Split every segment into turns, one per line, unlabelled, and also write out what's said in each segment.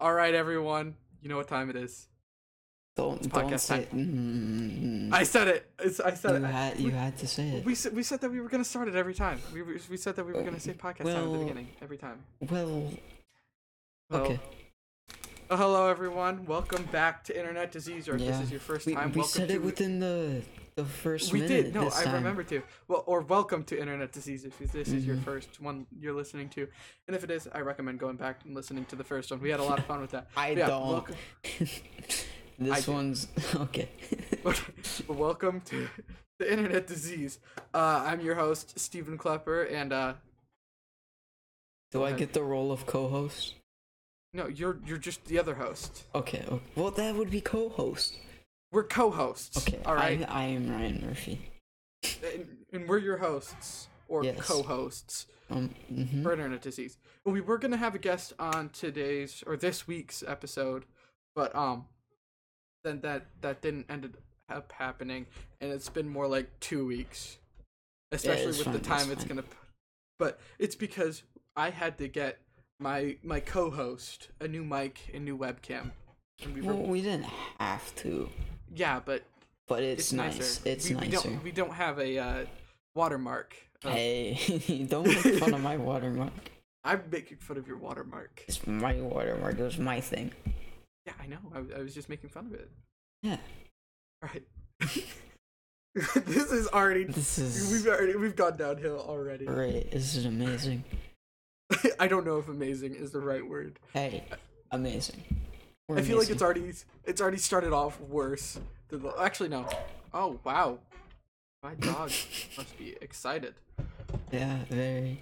All right, everyone. You know what time it is.
Don't
It's
don't
podcast
say.
time.
Mm,
I said it. It's, I said
you
it.
had you had to say it.
We said, we said that we were gonna start it every time. We we we said that we were gonna say podcast time at the
Well-
beginning every time.
Well,
So-
okay.
Uh, hello everyone. Welcome back to Internet Disease. Or if
Yeah.
this is your first
We,
time.
we
welcome
said
to
it within the the first
We
minute.
did. No,
this
I
time.
remember to. Well, or welcome to Internet Disease if this is
Mm-hmm.
your first one you're listening to. And if it is, I recommend going back and listening to the first one. We had a lot of fun with that.
I
Yeah,
don't.
welcome-
this
did.
one's okay.
Okay. Welcome to the Internet Disease. Uh, I'm your host Stephen Klepper, and uh,
Do I
ahead.
get the role of co-host?
no, you're you're just the other host.
Okay. okay. Well, that would be co-host.
We're co-hosts.
Okay.
All right.
I, I am Ryan Murphy.
and, and we're your hosts or
Yes.
co-hosts
Um. mhm.
for Internet Disease. We were gonna have a guest on today's or this week's episode, but um, then that that didn't end up happening, and it's been more like two weeks, especially
it's
with the
fine, it's
time it's
fine.
gonna. p- But it's because I had to get my my co-host a new mic and new webcam. And we were,
Well, we didn't have to,
yeah, but
but it's,
it's,
nice.
nicer.
It's
we, We
nicer.
don't we don't have a uh, watermark. Uh,
Hey, don't make fun of my watermark.
I'm making fun of your watermark.
It's my watermark. It was my thing.
Yeah, I know. I, w- I was just making fun of it.
Yeah.
All right. this is already
This
we've
is
already we've gone downhill already.
great. This is amazing.
I don't know if amazing is the right word.
Hey, amazing. We're
I feel like
amazing.
it's already it's already started off worse than the, actually no. Oh wow. My dog must be excited.
yeah, very.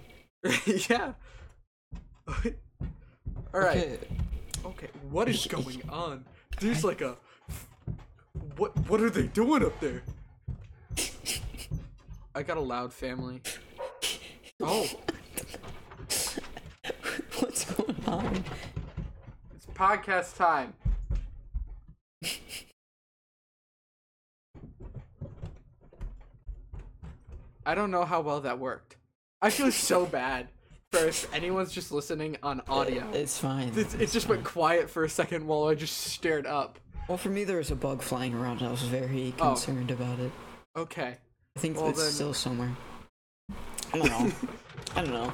yeah. All right.
Okay,
Okay, what is going on? There's like a what? What are they doing up there? I got a loud family. Oh,
what's going on?
it's podcast time. I don't know how well that worked. I feel so bad for if anyone's just listening on audio.
It's fine.
It's, it just went quiet for a second while I just stared up.
Well, for me, there was a bug flying around. and I was very
Oh.
concerned about it.
Okay.
I think
Well,
it's
then-
still somewhere. I don't know. I don't know.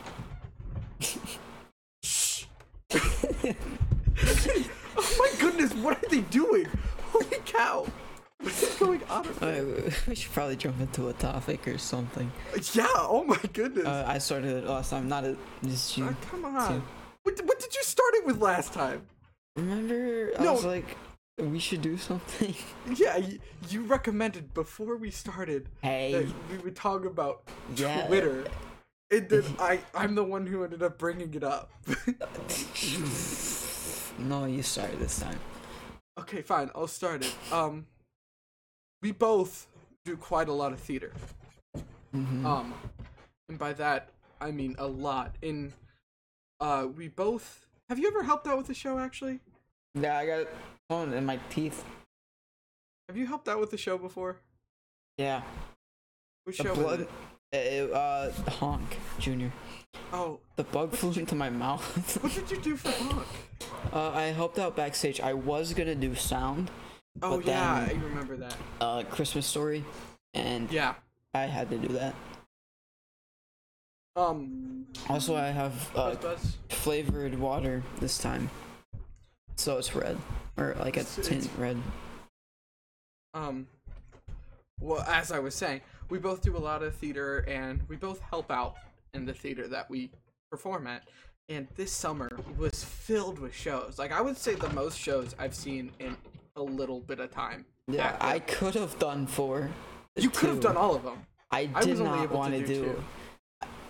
oh my goodness, what are they doing? Holy cow! What is going on? up there?
Uh, we should probably jump into a topic or something.
yeah, oh my goodness.
Uh, I started it last time. Not a, just you.
Ah, come on. What, what did you start it with last time?
Remember, I
No.
was like, we should do something.
Yeah, you, you recommended before we started that
Hey,
we would talk about
Yeah.
Twitter. And then I, I'm the one who ended up bringing it up.
no, you started this time.
okay, fine, I'll start it. Um, we both do quite a lot of theater.
Mhm.
Um, and by that I mean a lot. In uh, we both have you ever helped out with the show? Actually,
Yeah, I got phone in my teeth.
have you helped out with the show before?
Yeah,
Which
the
show? was
blood.
it?
Uh, uh, honk, Junior.
Oh,
The bug flew into my mouth.
what did you do for Honk?
uh, I helped out backstage. I was gonna do sound,
Oh
But
yeah,
then-
I remember that.
uh, Christmas story, and
Yeah.
I had to do that.
Um,
Also, I have uh,
Buzz Buzz.
flavored water this time, so it's red or like a
It's- it's-
tint red.
Um, well, as I was saying, we both do a lot of theater, and we both help out in the theater that we perform at. And this summer was filled with shows. Like I would say, the most shows I've seen in a little bit of time.
Yeah,
Back then.
I could have done four.
You could have
two.
done all of them.
I
I
did
was only
not
able
want
to
to
do,
do.
two.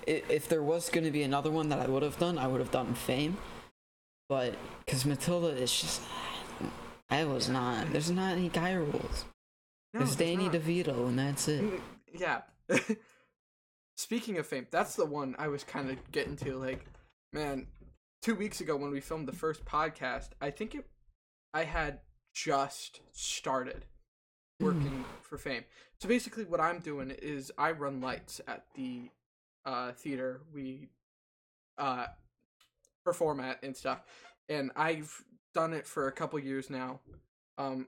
i- if there was going to be another one that I would have done, I would have done Fame. But because Matilda is just, I was not. There's not any guy rules.
No, there's
there's Danny
not.
DeVito, and that's it.
Mm, Yeah. Speaking of fame, that's the one I was kind of getting to. Like, man, two weeks ago when we filmed the first podcast, I think it, I had just started working for fame. So basically, what I'm doing is I run lights at the uh, theater we uh, perform at and stuff, and I've done it for a couple years now. Um,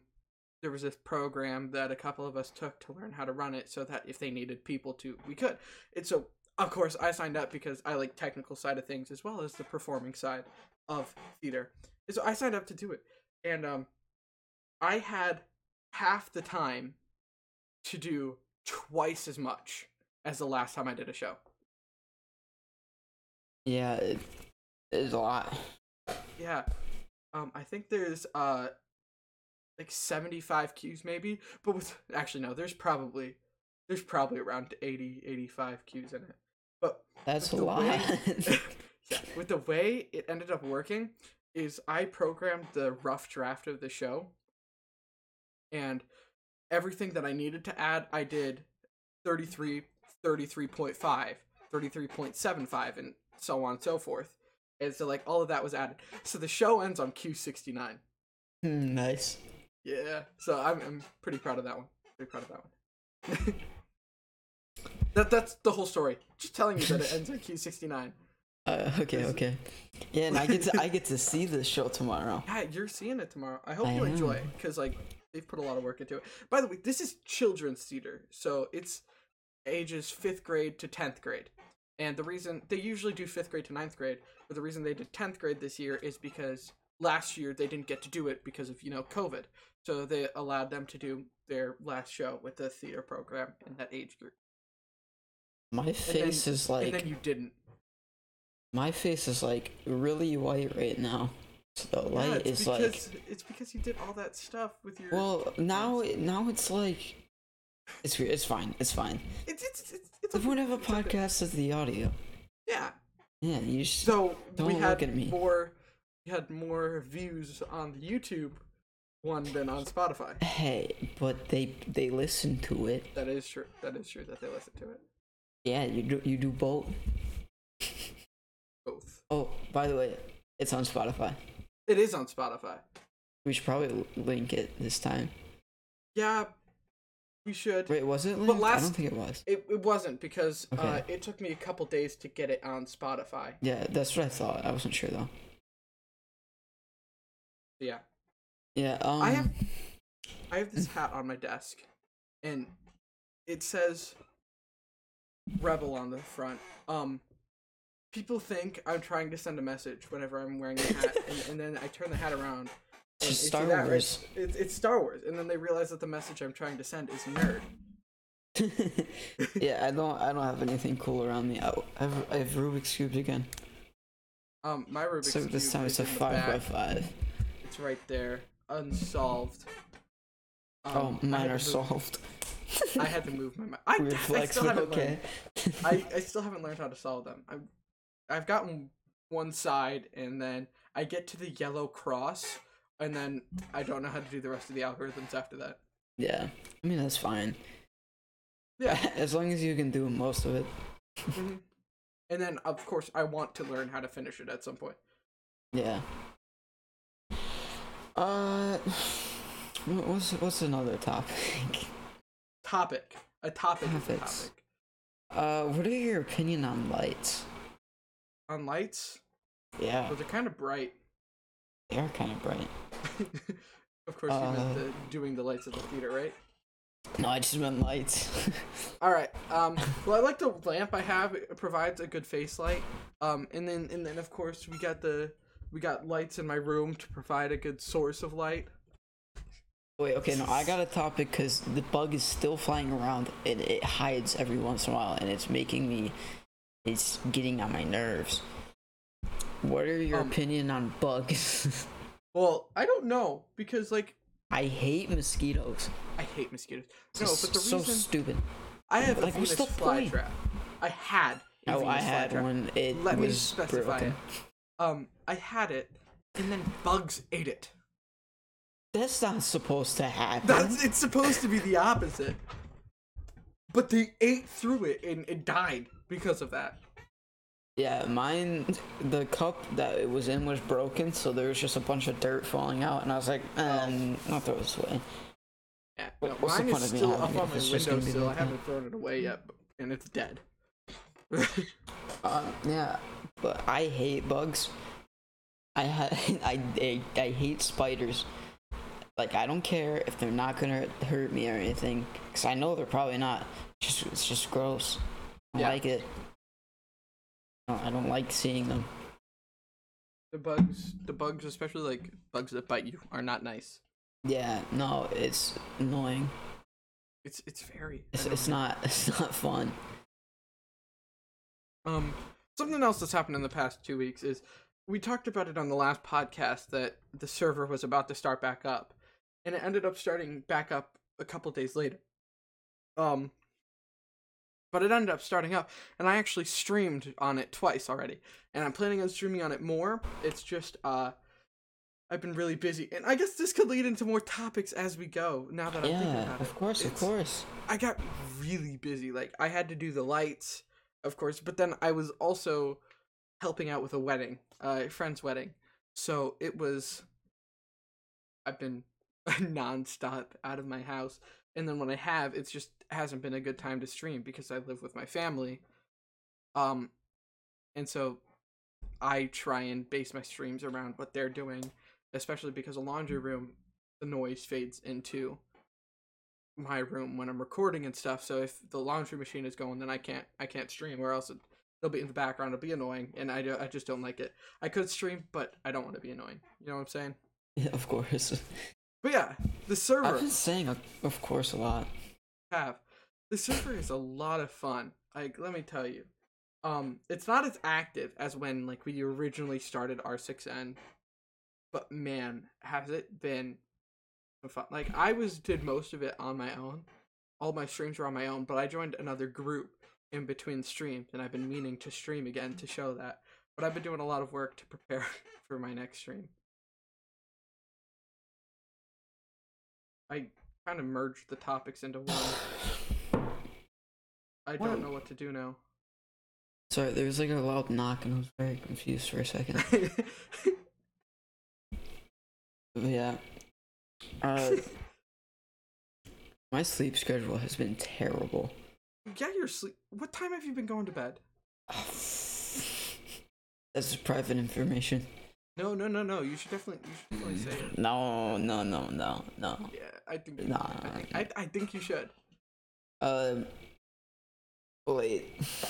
there was this program that a couple of us took to learn how to run it, so that if they needed people to, we could. And so, of course, I signed up because I like technical side of things as well as the performing side of theater. And so I signed up to do it, and um, I had half the time to do twice as much as the last time I did a show.
Yeah, it, it's a lot.
Yeah. Um, I think there's uh like 75 cues maybe, but with actually no, there's probably there's probably around 80 85 cues in it. But
That's a
The
lot.
yeah, with the way it ended up working is I programmed the rough draft of the show and everything that I needed to add I did 33 33.5 33.75 and so on and so forth. And so like all of that was added. So the show ends on Q69.
Hmm, nice.
Yeah. So I'm I'm pretty proud of that one. Pretty proud of that one. that that's the whole story. Just telling you that it ends on Q69.
Uh, okay,
Is-
okay. Yeah, and I get to I get to see this show tomorrow.
Yeah, you're seeing it tomorrow. I hope
I
you enjoy
am.
it because like they've put a lot of work into it. By the way, this is children's theater, so it's ages fifth grade to tenth grade. And the reason they usually do fifth grade to ninth grade, but the reason they did tenth grade this year is because last year they didn't get to do it because of you know COVID. So they allowed them to do their last show with the theater program in that age group.
My face is like
and then you didn't.
my face is like really white right now. So the light
yeah, it's
is like
because it's because you did all that stuff with your.
well now it, now it's like it's weird. It's fine. It's fine.
it's it's it's, it's
The
okay.
point of a
It's okay.
podcast is the audio.
Yeah,
Yeah, you just
So
Don't
we
look
had
at me.
more we had more views on the YouTube one than on Spotify.
hey, but they they listen to it.
That is true. That is true that they listen to it.
Yeah, you do you do both.
Both.
Oh, by the way, it's on Spotify.
It is on Spotify.
We should probably l- link it this time.
Yeah, we should.
Wait, was it linked? I
last-
don't think it was.
It it wasn't because uh,
Okay.
it took me a couple days to get it on Spotify.
Yeah, that's what I thought. I wasn't sure though.
Yeah,
Yeah. Um,
I have- I have this hat on my desk, and it says "Rebel" on the front. Um, people think I'm trying to send a message whenever I'm wearing a hat, and, and then I turn the hat around.
It's
and
just
it's
Star
that, right?
Wars.
It's, it's Star Wars, and then they realize that the message I'm trying to send is nerd.
yeah, I don't. I don't have anything cool around me. I, I, have, I have Rubik's cubes again.
Um, my Rubik's
so this
Cube
time
is
it's a
in the
five by
back.
five.
It's right there, unsolved.
Oh,
Um, I had
mine
to
are
move-
solved.
I had to move my mouse. I,
Weird
I
flex,
still
but
haven't learned
okay.
I, I still haven't learned how to solve them. I'm, I've gotten one side, and then I get to the yellow cross, and then I don't know how to do the rest of the algorithms after that.
Yeah. I mean that's fine.
Yeah.
As long as you can do most of it. Mm-hmm.
mhm. And then, of course, I want to learn how to finish it at some point.
Yeah. Uh, wha- what's what's another topic?
Topic. A topic is a
Topics.
topic.
Uh, what are your opinion on lights?
On lights,
Yeah,
well, they're kind of bright.
they are kind of bright.
of course, you
Uh.
meant the, doing the lights at the theater, right?
No, I just meant lights.
All right. Um, well, I like the lamp I have. It provides a good face light. Um, and then and then of course we got the we got lights in my room to provide a good source of light.
Wait, okay, no, I got a topic because the bug is still flying around and it hides every once in a while, and it's making me, it's getting on my nerves. What are your
Um,
opinion on bugs?
Well, I don't know because like
I hate mosquitoes.
I hate mosquitoes.
It's
No,
just
but the
so
reason
stupid.
I have a
like, what's
Venus
the point?
flytrap. I had. a
Oh,
Venus
I had
flytrap.
one. It
Let me
was
specify
broken.
it. Um, I had it, and then bugs ate it.
That's not supposed to happen.
That's it's supposed to be the opposite. But they ate through it and it died because of that.
Yeah, mine. The cup that it was in was broken, so there was just a bunch of dirt falling out, and I was like, um, I'll throw this away.
Yeah,
What-
no,
what's the
mine
point
is
of me
still
having
up
it
on
if
my
it's just
window
gonna be
sill. I
like hmm. that?
haven't thrown it away yet, but- and it's dead.
Um, yeah, but I hate bugs. I ha- I, I I hate spiders. Like I don't care if they're not gonna hurt me or anything, because I know they're probably not. Just it's just gross. I don't
Yeah.
like it. No, I don't like seeing them.
The bugs, the bugs, especially like bugs that bite you, are not nice.
Yeah, no, it's annoying.
It's it's very.
It's,
annoying.
it's not it's not fun.
Um, something else that's happened in the past two weeks is we talked about it on the last podcast that the server was about to start back up, and it ended up starting back up a couple days later. Um, but it ended up starting up, and I actually streamed on it twice already, and I'm planning on streaming on it more. It's just uh. I've been really busy, and I guess this could lead into more topics as we go. Now that I'm thinking
Yeah,
about it,
of course, of
It's-
course.
I got really busy. Like I had to do the lights, of course, but then I was also helping out with a wedding, uh, a friend's wedding. So it was. I've been nonstop out of my house, and then when I have, it's just hasn't been a good time to stream because I live with my family. Um, and so I try and base my streams around what they're doing, especially because a laundry room, the noise fades into my room when I'm recording and stuff. So if the laundry machine is going, then I can't I can't stream, or else it, it'll be in the background. It'll be annoying, and I do, I just don't like it. I could stream, but I don't want to be annoying. You know what I'm saying?
Yeah, of course.
But yeah, the
I've
server
been saying of- of course a lot.
have the server is a lot of fun. Like let me tell you, um, it's not as active as when like we originally started R6N, but man, has it been some fun. Like I was did most of it on my own. All my streams were on my own, but I joined another group in between streams, and I've been meaning to stream again to show that. But I've been doing a lot of work to prepare for my next stream. I kind of merged the topics into one. I
Well-
don't know what to do now.
Sorry, there was like a loud knock, and I was very confused for a second. But yeah. Uh, my sleep schedule has been terrible.
yeah, you're sleep. What time have you been going to bed?
That's private information.
No, no, no, no. You should definitely, you should definitely say it.
No, no, no, no, no.
Yeah, I think.
Nah.
I think, I, I think you should.
Um. Late.
Ugh,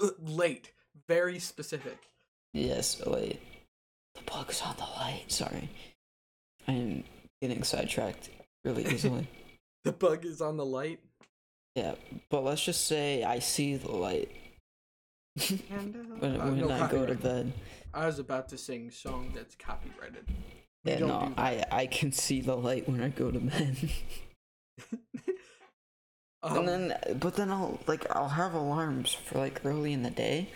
Uh, Late, very specific.
Yes, late. The bug's on the light. Sorry. I am getting sidetracked really easily.
The bug is on the light,
yeah, but let's just say I see the light
and uh,
when,
uh,
when
no
I go to
copyright.
bed.
I was about to sing song that's copyrighted. We
Yeah,
don't
no,
do that.
I I can see the light when I go to bed.
Um, Oh.
and then, but then I'll like I'll have alarms for like early in the day,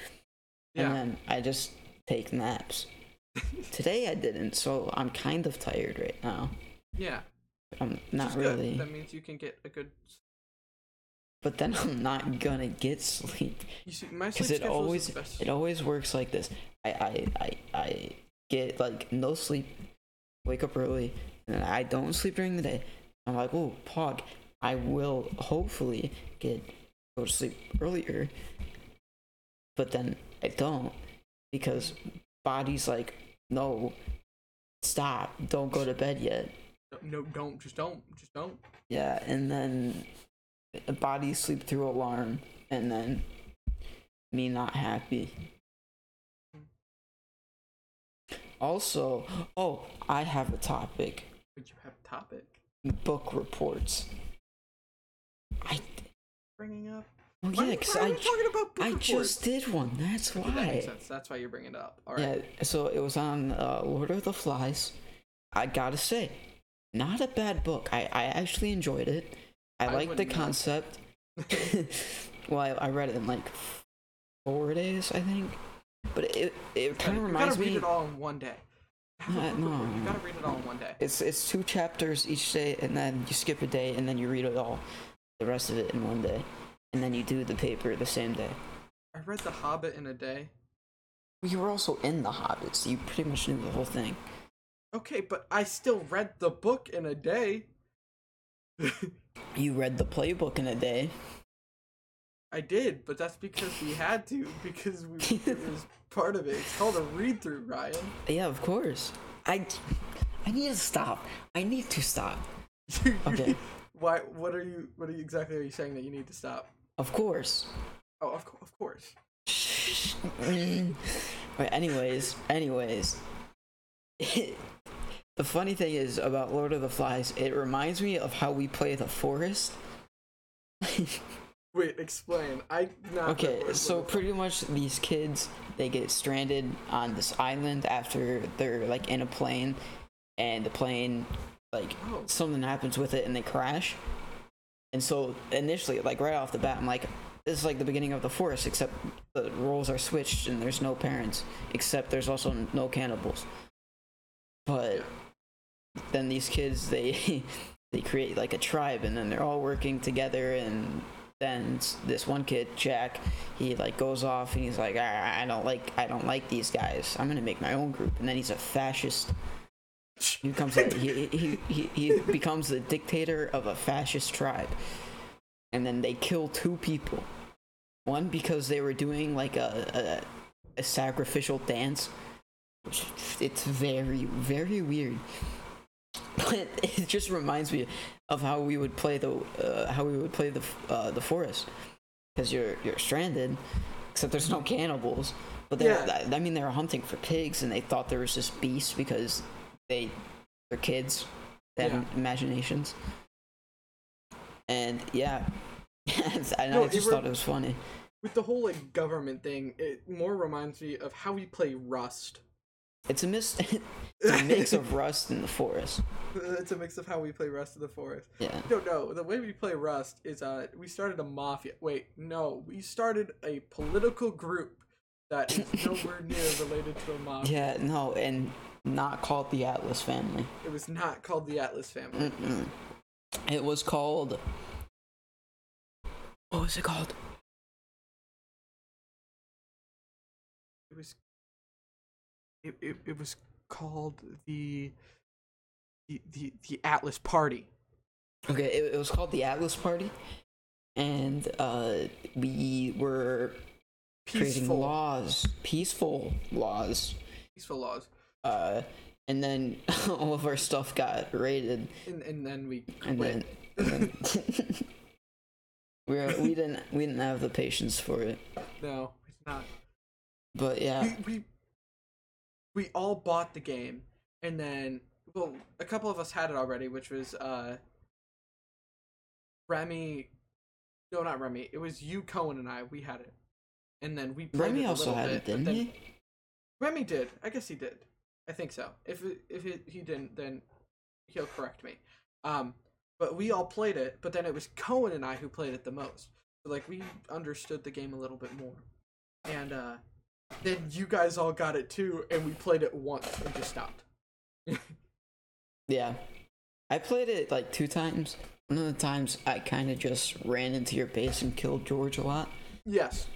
yeah.
and then I just take naps. Today I didn't, so I'm kind of tired right now.
Yeah,
I'm
which
not
is good.
really,
That means you can get a good.
but then I'm not gonna get sleep
You see, my sleep
because it
schedule is
always
the best.
it always works like this. I I I I get like no sleep, wake up early, and then I don't sleep during the day. I'm like, oh, pog. I will hopefully get go to sleep earlier, but then I don't because body's like, no, stop, don't go to bed yet.
No, don't just don't just don't.
Yeah, and then the body sleep through alarm, and then me not happy. Also, oh, I have a topic:
But you have a topic
book reports. I
bringing up. Why
oh yeah,
are we-
cause
why are
I
we talking about book
I
reports?
just did one. That's
Okay, That makes
why.
sense. That's why you bring it up. All right.
Yeah, so it was on uh, Lord of the Flies. I gotta say, not a bad book. I, I actually enjoyed it. I,
I
liked the
wouldn't know.
concept. well, I, I read it in like four days, I think. But it it kind of
you
reminds
gotta read
me.
it all in one day. Have a
Uh,
book report. You
no.
gotta read it all in one day.
It's it's two chapters each day, and then you skip a day, and then you read it all, the rest of it in one day, and then you do the paper the same day.
I read The Hobbit in a day.
You were also in the Hobbit, so you pretty much knew the whole thing.
Okay, but I still read the book in a day.
You read the playbook in a day.
I did, but that's because we had to because we it was part of it. It's called a read through, Ryan.
Yeah, of course. I, I need to stop. I need to stop.
You- you-
Okay.
Why? What are you? What are you, exactly are you saying that you need to stop?
Of course.
Oh, of, co- of course.
Mm. But anyways, anyways. the funny thing is about Lord of the Flies, it reminds me of how we play the forest.
Wait, explain. I not
Okay, so pretty much these kids they get stranded on this island after they're like in a plane and the plane like
Oh.
something happens with it and they crash. And so initially like right off the bat I'm like this is like the beginning of the forest except the roles are switched and there's no parents except there's also no cannibals. But then these kids they they create like a tribe and then they're all working together and then s- this one kid jack he like goes off and he's like "Ah, i don't like i don't like these guys i'm gonna make my own group and then he's a fascist he becomes a, he, he, he, he becomes the dictator of a fascist tribe and then they kill two people one because they were doing like a, a, a sacrificial dance which it's very very weird but it just reminds me of how we would play the uh, how we would play the f- uh, the forest because you're you're stranded except there's no cannibals but they're
Yeah.
I, I mean they were hunting for pigs and they thought there was this beast because they they're kids they have
Yeah.
imaginations and yeah and
No,
I
it
just
re-
thought it was funny
with the whole like government thing, it more reminds me of how we play Rust.
it's a mis it's a mix of rust in the forest
it's a mix of how we play Rust of the Forest.
yeah
No, no. The way we play Rust is uh, we started a mafia. Wait, no, we started a political group that is nowhere near related to a mafia.
yeah no and not called the atlas family
It was not called the Atlas family.
Mm-mm. It was called. What was it called?
It was. It, it, it was called the, the the the Atlas Party.
Okay, it, it was called the Atlas Party, and uh, we were creating
Peaceful
laws, peaceful laws,
peaceful laws,
uh, and then all of our stuff got raided,
and and then we
and
quit.
then, and then we were, we didn't we didn't have the patience for it.
no, it's not.
But yeah,
we, we we all bought the game and then well a couple of us had it already which was uh remy no not remy it was you cohen and i we had it and then we played
Remy
it a
also
little
had
bit,
it,
but
didn't
then-
he?
remy did i guess he did i think so if it- if it, he didn't then he'll correct me um but we all played it but then it was cohen and i who played it the most so like we understood the game a little bit more and uh then you guys all got it too, and we played it once and just stopped.
Yeah. I played it like two times. One of the times I kind of just ran into your base and killed George a lot.
Yes,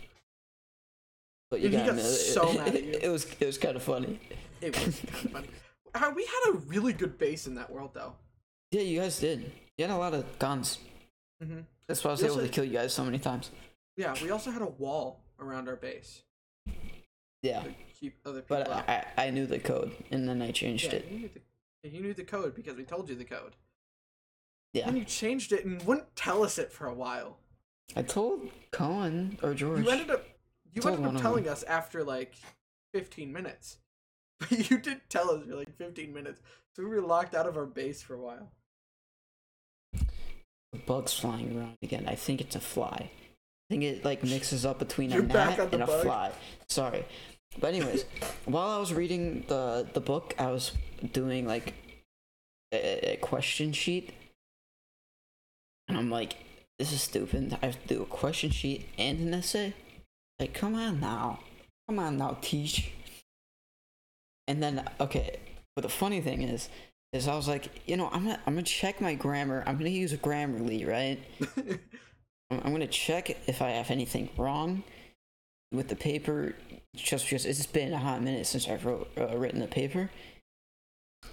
But you
Dude, he
gotta
got
know,
so mad at you.
It was it was kind of funny.
it was kinda funny. Uh, We had a really good base in that world, though.
Yeah, you guys did. You had a lot of guns.
hmm
That's why I was
You
able
also-
to kill you guys so many times.
Yeah, we also had a wall around our base
Yeah,
to keep other people
but
out.
I, I I knew the code and then I changed
yeah,
it.
you knew, the, you knew the code because we told you the code.
Yeah,
And you changed it and wouldn't tell us it for a while.
I told Cohen or George.
You ended up you
Told
ended
one
up
of
telling us after like 15 minutes. But you did tell us for like 15 minutes. So we were locked out of our base for a while.
bugs flying around again. I think it's a fly. I think it like mixes up between
You're
a
back
gnat
on the
and a
bug.
fly. Sorry. But anyways, while I was reading the the book, I was doing like a, a question sheet, and I'm like, this is stupid. I have to do a question sheet and an essay. Like, come on now, come on now, teach. And then okay, but the funny thing is, is I was like, you know, I'm gonna I'm gonna check my grammar. I'm gonna use Grammarly, right? I'm, I'm gonna check if I have anything wrong with the paper. Just because it's been a hot minute since I've wrote, uh, written the paper,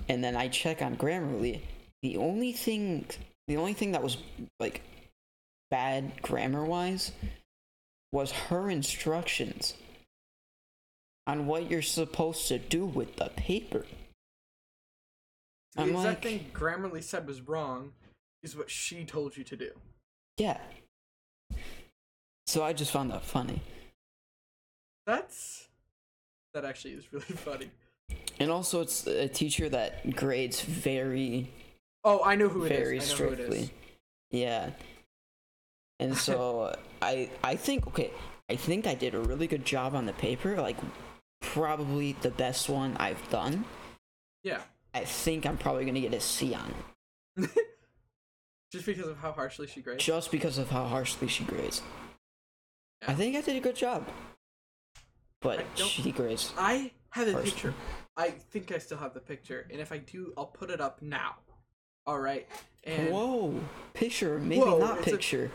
and then I check on Grammarly. The only thing, the only thing that was like bad grammar wise was her instructions on what you're supposed to do with the paper.
The
I'm
exact
like-
thing Grammarly said was wrong is what she told you to do.
Yeah. So I just found that funny.
That's that actually is really funny.
And also, it's a teacher that grades very,
Oh, I know who it is. I know who it
very
is.
strictly. Yeah. And so I, I think okay, I think I did a really good job on the paper, like probably the best one I've done.
Yeah.
I think I'm probably gonna get a C on it,
Just because of how harshly she grades.
just because of how harshly she grades. I think I did a good job,
I
but
don't-
she grades.
I have a
Harshly.
picture. I think I still have the picture, and if I do, I'll put it up now. All right. And
Whoa, picture, maybe
Whoa,
not
it's a-
picture.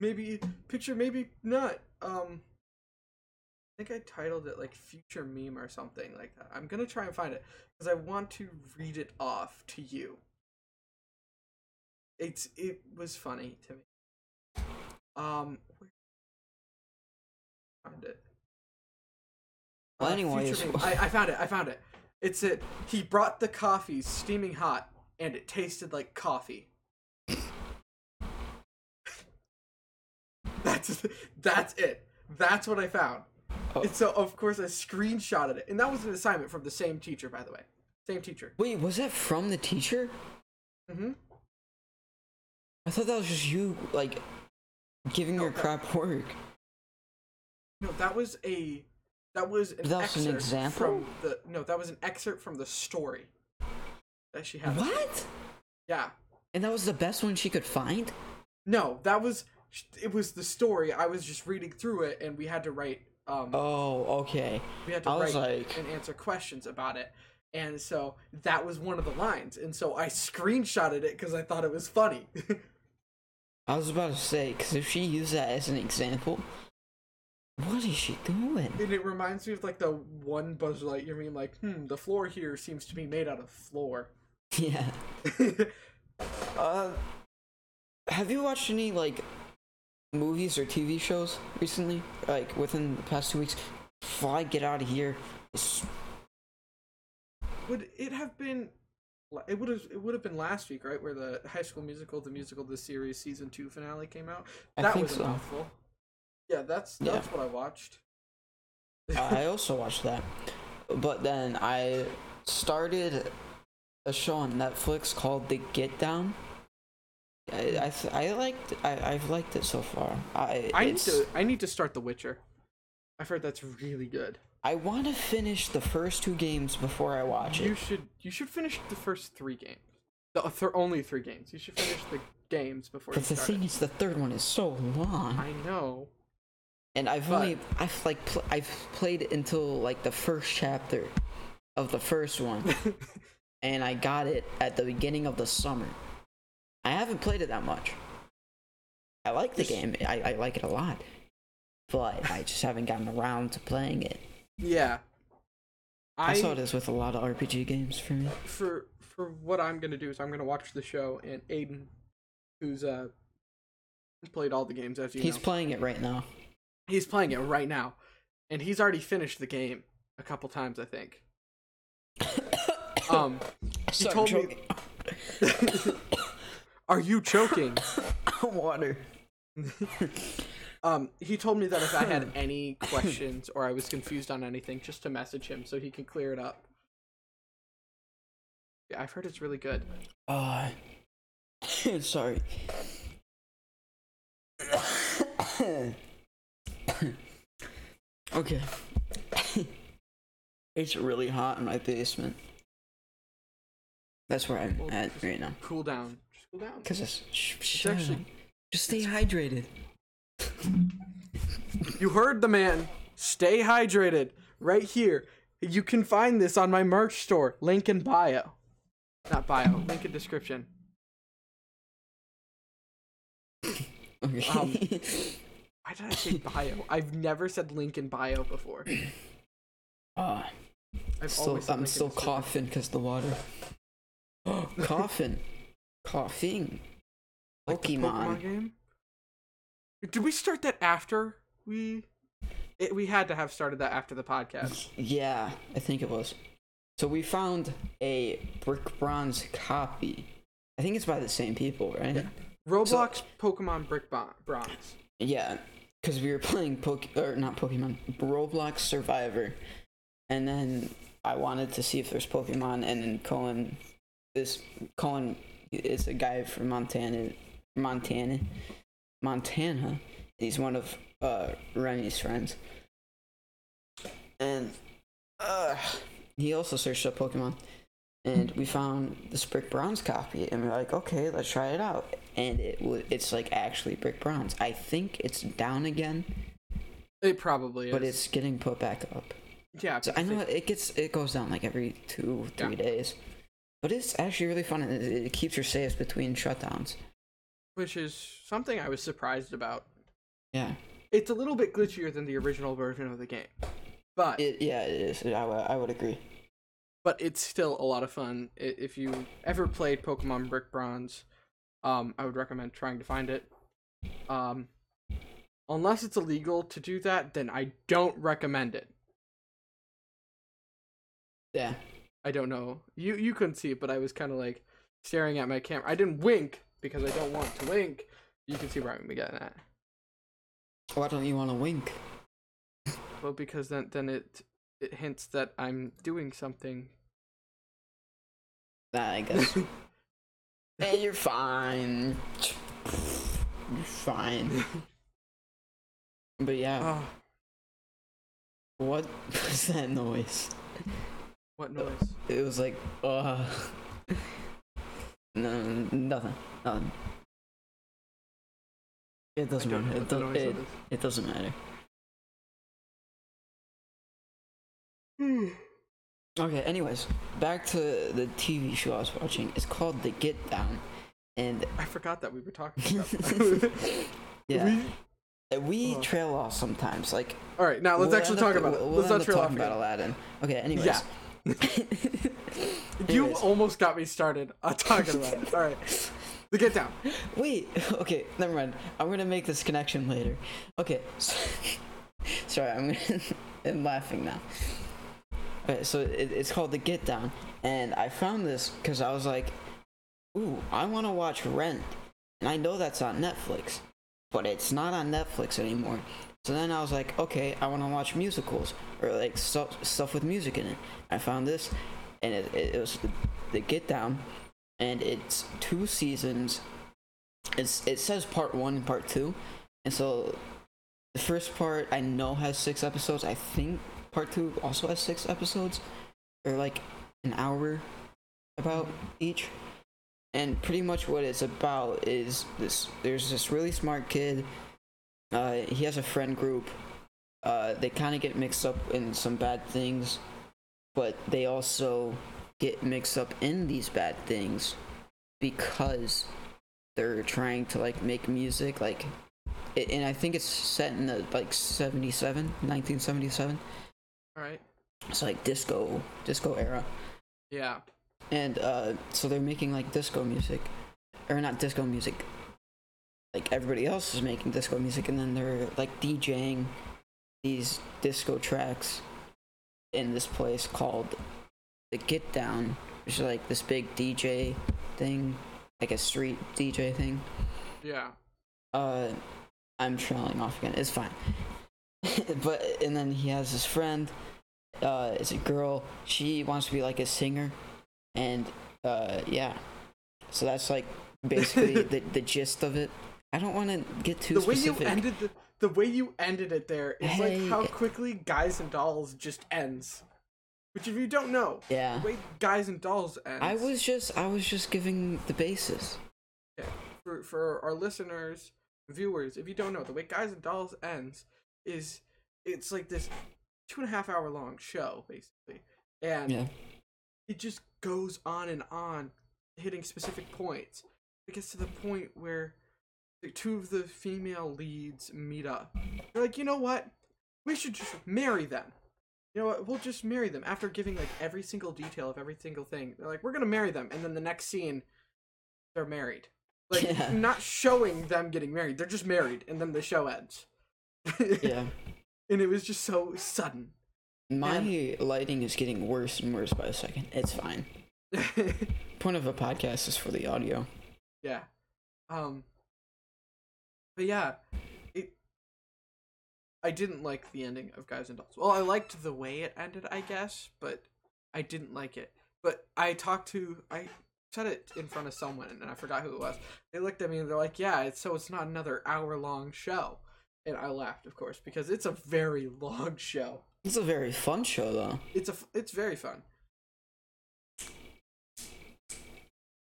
maybe picture, maybe not. Um, I think I titled it like future meme or something like that. I'm gonna try and find it because I want to read it off to you. It's it was funny to me. Um, where- find it.
Well,
Uh,
anyways-
future meme. I, I found it. I found it. It said he brought the coffee steaming hot, and it tasted like coffee. That's that's it. That's what I found.
Oh.
And so of course I screenshotted it, and that was an assignment from the same teacher, by the way. Same teacher.
Wait, was that from the teacher?
hmm
I thought that was just you, like, giving your crap work.
No, that was a that was an
That was
excerpt
an example?
from the no, that was an excerpt from the story that she had.
What?
Yeah.
And that was the best one she could find?
No, that was it was the story. I was just reading through it, and we had to write um
Oh, okay.
we had to
I
write
was like-
and answer questions about it. And so that was one of the lines. And so I screenshotted it because I thought it was funny.
I was about to say, because if she used that as an example, what is she doing?
And it reminds me of like the one Buzz Lightyear meme, like, hmm, the floor here seems to be made out of floor.
Yeah. Uh, have you watched any, like, movies or TV shows recently? Like, within the past two weeks? Fly, get out of here. It's-
would it have been? It would have. It would have been last week, right, where the High School Musical, the musical, the series season two finale came out.
I
That
think
was a
so.
mouthful. Yeah, that's
Yeah.
that's what I watched.
I also watched that. But then I started a show on Netflix called The Get Down. I I, th- I liked I I've liked it so far. I
I need
it's,
to. I need to start The Witcher. I've heard that's really good.
I want to finish the first two games before I watch
You
it.
should. You should finish the first three games. The th- only three games. You should finish the games before.
But
you
the
start it.
thing is, the third one is so long,
I know.
and I've
but-
only I've like pl- I've played until like the first chapter of the first one, and I got it at the beginning of the summer. I haven't played it that much. I like the
Yes.
game. I, I like it a lot. But I just haven't gotten around to playing it.
Yeah. I
That's how it is with a lot of RPG games for me.
for for what I'm gonna do is I'm gonna watch the show and Aiden, who's uh played all the games as you
He's
know,
playing it right now.
he's playing it right now, and he's already finished the game a couple times I think. um, he
Sorry,
told me,
choking.
"Are you choking?"
water.
Um, he told me that if I had any questions or I was confused on anything, just to message him so he can clear it up. Yeah, I've heard it's really good.
Uh, sorry. okay. it's really hot in my basement. That's where I'm
Well,
at right now.
Cool down. Just cool down.
Cause it's, sh-
It's
shut
actually
up. Just stay hydrated.
You heard the man. Stay hydrated. Right here. You can find this on my merch store. Link in bio. Not bio. Link in description.
Okay.
Um, Why did I say bio? I've never said link in bio before.
uh,
I've
still,
always said
I'm
link in
still
description.
coughing because the water. coughing, coughing.
Like the
Pokemon.
game. Did we start that after we it, we had to have started that after the podcast.
Yeah, I think it was. So we found a brick bronze copy. I think it's by the same people, right? Yeah,
Roblox Pokemon Brick Bon- Bronze.
cuz we were playing Poke or not Pokemon, Roblox Survivor. And then I wanted to see if there's Pokemon and then Colin this Colin is a guy from Montana, Montana, Montana. He's one of uh Remy's friends. And uh, he also searched up Pokemon. And we found this Brick Bronze copy, and we are like, okay, let's try it out. And it wa it's like actually Brick Bronze. I think it's down again,
It probably is.
but it's getting put back up.
yeah.
So I know it gets it goes down like every two three
Yeah.
days, but it's actually really fun. and It, it keeps your saves between shutdowns.
which is something I was surprised about.
Yeah,
It's a little bit glitchier than the original version of the game, but
it, yeah, it is. I, w- I would agree.
but it's still a lot of fun. I- If you ever played Pokemon Brick Bronze, um, I would recommend trying to find it. Um, unless it's illegal to do that, then I don't recommend it.
Yeah,
I don't know. You you couldn't see it, but I was kind of like staring at my camera. I didn't wink because I don't want to wink. You can see where I'm getting at.
why don't you want to wink?
Well, because then then it it hints that I'm doing something.
Nah, I guess. hey, you're fine. You're fine. But yeah,
Ah,
what was that noise?
what noise?
It was like, uh, no, nothing, nothing. It
I
doesn't
don't know
matter.
what
It,
the
do-
noise
it,
of
it doesn't matter.
this-
Okay, anyways, back to the TV show I was watching. It's called The Get Down. And
I forgot that we were talking about. that.
yeah,
We-
we
Oh.
trail off sometimes. Like,
All right, now let's
we'll
actually
end up-
talk about it.
we'll
let's not
end up
trail off.
talking about Aladdin. Okay, anyways.
Yeah. again. You
Anyways.
almost got me started on talking about it. All right, the get down.
Wait, okay, never mind. I'm gonna make this connection later. Okay, so, sorry, I'm, gonna, I'm laughing now. Okay, so it, it's called The Get Down, and I found this because I was like, ooh, I wanna watch Rent, and I know that's on Netflix, but it's not on Netflix anymore. So then I was like, okay, I wanna watch musicals, or like stuff, stuff with music in it. I found this, and it, it, it was The, the Get Down. And it's two seasons, it's it says part one and part two, and so the first part I know has six episodes. I think part two also has six episodes, or like an hour about each. And pretty much what it's about is this: there's this really smart kid. Uh, he has a friend group. Uh, they kind of get mixed up in some bad things, but they also get mixed up in these bad things because they're trying to like make music like it, and i think it's set in the like 77 1977
All right,
it's like disco disco era
yeah,
and uh so they're making like disco music or not disco music like everybody else is making disco music and then they're like djing these disco tracks in this place called the get down which is like this big dj thing like a street dj thing
yeah.
uh i'm trailing off again it's fine but and then he has his friend uh it's a girl she wants to be like a singer and uh yeah so that's like basically the, the gist of it i don't want to get too
The way
specific
you ended the, the way you ended it there is
Hey.
like how quickly Guys and Dolls just ends. Which, if you don't know,
yeah
the way Guys and Dolls ends.
i was just i was just giving the basis
for, for our listeners, viewers, if you don't know, the way Guys and Dolls ends is it's like this two and a half hour long show, basically. And
yeah
it just goes on and on, hitting specific points. It gets to the point where the two of the female leads meet up. They're like, you know what? We should just marry them. You know what? We'll just marry them after giving like every single detail of every single thing. They're like, we're gonna marry them, and then the next scene, they're married. Like
Yeah.
not showing them getting married. They're just married, and then the show ends.
Yeah.
and it was just so sudden.
My lighting is getting worse and worse by the second. It's fine. Point of a podcast is for the audio.
yeah. Um. But yeah, it. I didn't like the ending of Guys and Dolls. Well, I liked the way it ended, I guess, but I didn't like it. But I talked to I said it in front of someone, and I forgot who it was. They looked at me and they're like, "Yeah, it's, so it's not another hour long show." And I laughed, of course, because it's a very long show.
It's a very fun show though.
It's a f- it's very fun.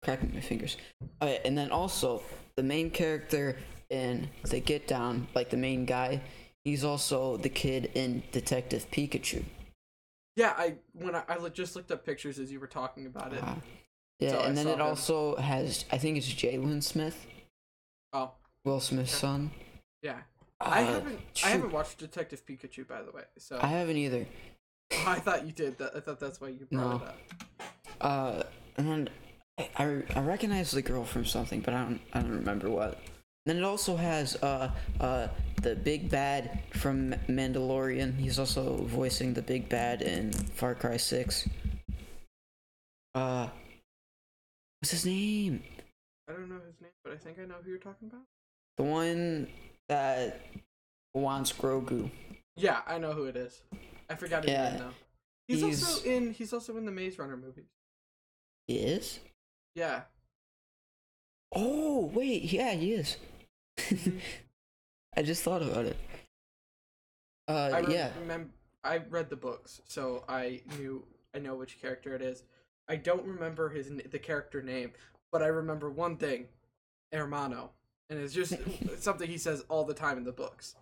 Cracking my fingers. Alright, and then also the main character in The Get Down, like the main guy, he's also the kid in Detective Pikachu.
Yeah, I when I, I look- just looked up pictures as you were talking about it.
Wow. yeah,
So I
and then
saw
it
him.
also has I think it's Jalen Smith,
Oh,
Will Smith's
Okay.
son.
yeah. I
Uh,
haven't I
shoot,
haven't watched Detective Pikachu by the way. So
I
I,
haven't either.
thought you did. That, I thought that's why you
No.
brought it up.
Uh, and I- I I recognize the girl from something, but I don't I don't remember what. Then it also has uh uh the big bad from Mandalorian. He's also voicing the big bad in Far Cry Six. Uh, what's his name?
I don't know his name, but I think I know who you're talking about.
The one that wants Grogu.
Yeah, I know who it is. I forgot his
Yeah.
name though. He's, also
He's-
in he's also in the Maze Runner movies.
He is.
Yeah.
Oh wait, yeah, he is. I just thought about it. Uh,
I
yeah.
remember I read the books, so I knew I know which character it is. I don't remember his n- the character name, but I remember one thing, Hermano, and it's just something he says all the time in the books,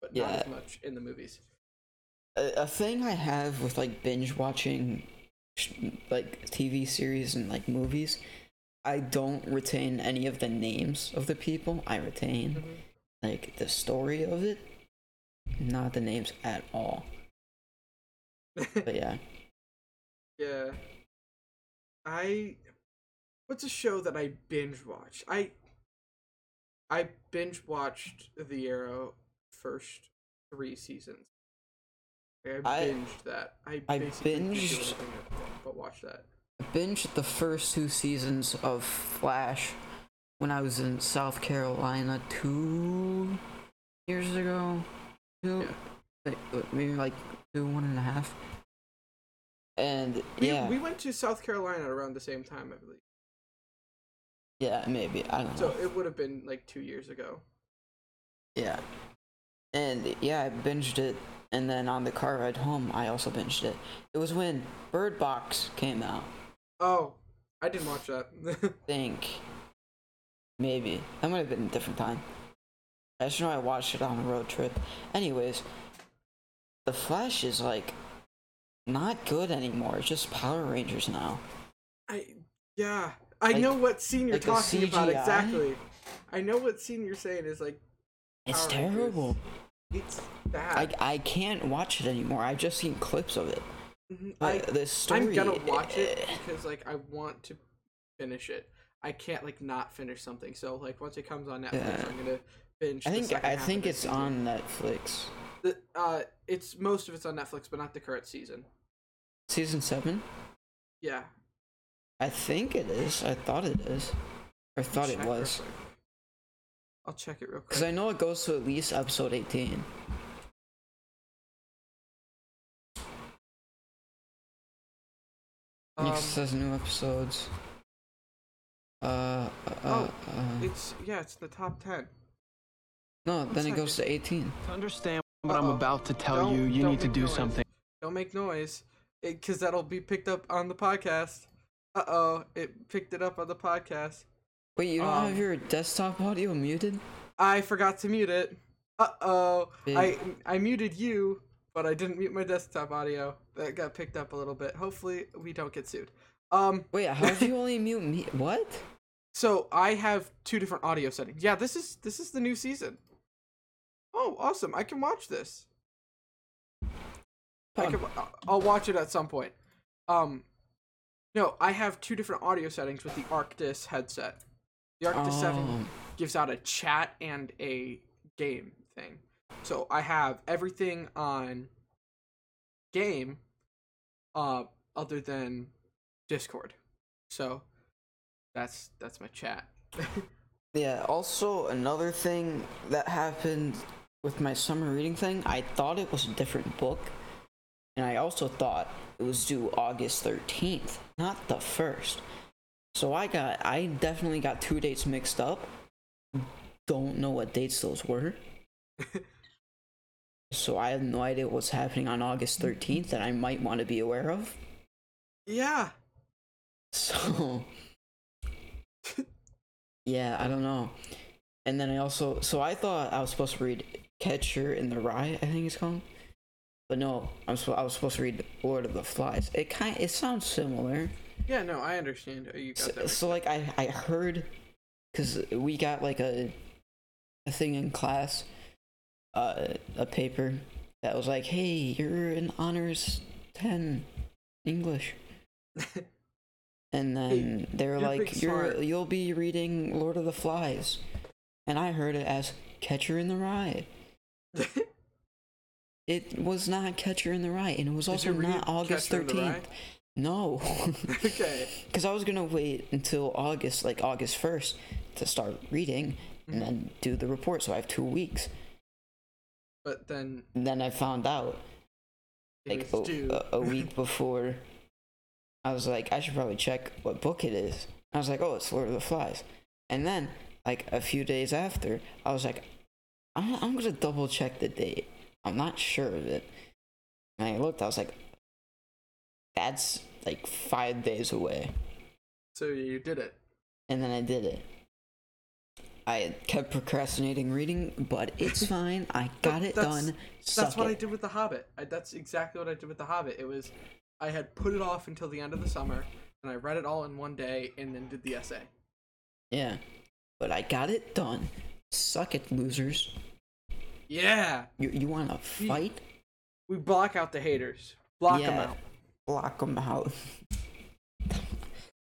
but not as
Yeah.
much in the movies.
a a thing I have with like binge watching sh- like TV series and like movies, I don't retain any of the names of the people. I retain
Mhm.
like the story of it, not the names at all. But yeah,
yeah, I. What's a show that I binge watched? I. I binge watched The Arrow first three seasons. Like, I
I-
binged that. I,
I
basically didn't do
binged-
anything but watch that.
binge the first two seasons of Flash when I was in South Carolina two years ago. Two,
Yeah.
like, what, maybe like two, one and a half. And
We,
yeah,
we went to South Carolina around the same time, I believe.
yeah, maybe I don't know.
So it would have been like two years ago.
Yeah. And yeah, I binged it. And then on the car ride home, I also binged it. It was when Bird Box came out.
Oh, I didn't watch that.
I think. Maybe. That might have been a different time. I just know I watched it on a road trip. Anyways, The Flash is like not good anymore. It's just Power Rangers now.
I yeah. I
Like-
know what scene you're
like the
talking about
CGI?
exactly. I know what scene you're saying is like
It's
Power Rangers.
terrible.
Um, it's
I,
bad.
I can't watch it anymore. I've just seen clips of it.
Mhm. I,
But the
I
uh, story.
am gonna watch it
eh,
because like I want to finish it. I can't like not finish something. So like once it comes on Netflix,
Yeah.
I'm gonna binge.
I
the
think
second
I
half of
think
the
it's
season.
on Netflix.
The, uh, it's most of it's on Netflix, but not the current season.
Season seven?
Yeah,
I think it is. I thought it is. Or thought it
check real
was.
quick. I'll check it real quick.
Because I know it goes to at least episode 18.
Um,
Next says new episodes. Uh, uh, uh,
Oh, it's yeah, it's the top ten.
no, then it goes to 18.
To understand what I'm
Uh-oh.
about to tell
Don't-
you, you
don't
need to
make
do
noise.
something.
Don't make noise, because that'll be picked up on the podcast. Uh oh, it picked it up on the podcast.
Wait, you don't
Um,
have your desktop audio muted?
I forgot to mute it. Uh oh,
Big.
I I muted you, but I didn't mute my desktop audio. That got picked up a little bit. Hopefully, we don't get sued. Um,
Wait, how did you only mute me? What?
so I have two different audio settings. Yeah, this is this is the new season. Oh, awesome! I can watch this. I
Fun.
can, I'll- I'll watch it at some point. Um, no, I have two different audio settings with the Arctis headset. The Arctis setting
Um,
gives out a chat and a game thing. So I have everything on game uh other than Discord. So that's that's my chat.
Yeah, also another thing that happened with my summer reading thing, I thought it was a different book. And I also thought it was due August 13th, not the 1st. So I got I definitely got two dates mixed up. Don't know what dates those were. so I have no idea what's happening on August 13th that I might want to be aware of.
yeah.
So, yeah, I don't know. And then I also, so I thought I was supposed to read Catcher in the Rye, I think it's called. But no, I'm so I was supposed to read Lord of the Flies. It kind it sounds similar.
Yeah, no, I understand. Oh, You got
So,
that. right.
so like I I heard cuz we got like a a thing in class uh a paper that was like, "Hey, you're in honors 10 English." And then they were
you're
like,
big
"You're
smart."
you'll be reading Lord of the Flies," and I heard it as "Catcher in the Rye." It was not "Catcher in the Rye," and it was
Did
also
you read
not August
Catcher in the Rye?
thirteenth. No,
okay.
because I was gonna wait until August, like August first, to start reading and then
Mm-hmm.
do the report. So I have two weeks.
But then
And then I found out
it
like
was
a,
due.
a, a week before. I was like, I should probably check what book it is. I was like, oh, it's Lord of the Flies. And then, like a few days after, I was like, I'm, I'm gonna double check the date. I'm not sure of it. And I looked. I was like, that's like five days away.
so you did it.
And then I did it. I kept procrastinating reading, but it's fine. I
But
got it
that's-
done.
That's
Suck
what
it.
I did with The Hobbit. I, that's exactly what I did with The Hobbit. It was, I had put it off until the end of the summer, and I read it all in one day, and then did the essay.
Yeah. But I got it done. Suck it, losers.
Yeah,
You, you want to fight?
we block out the haters. Block
Yeah.
them out.
Block them out.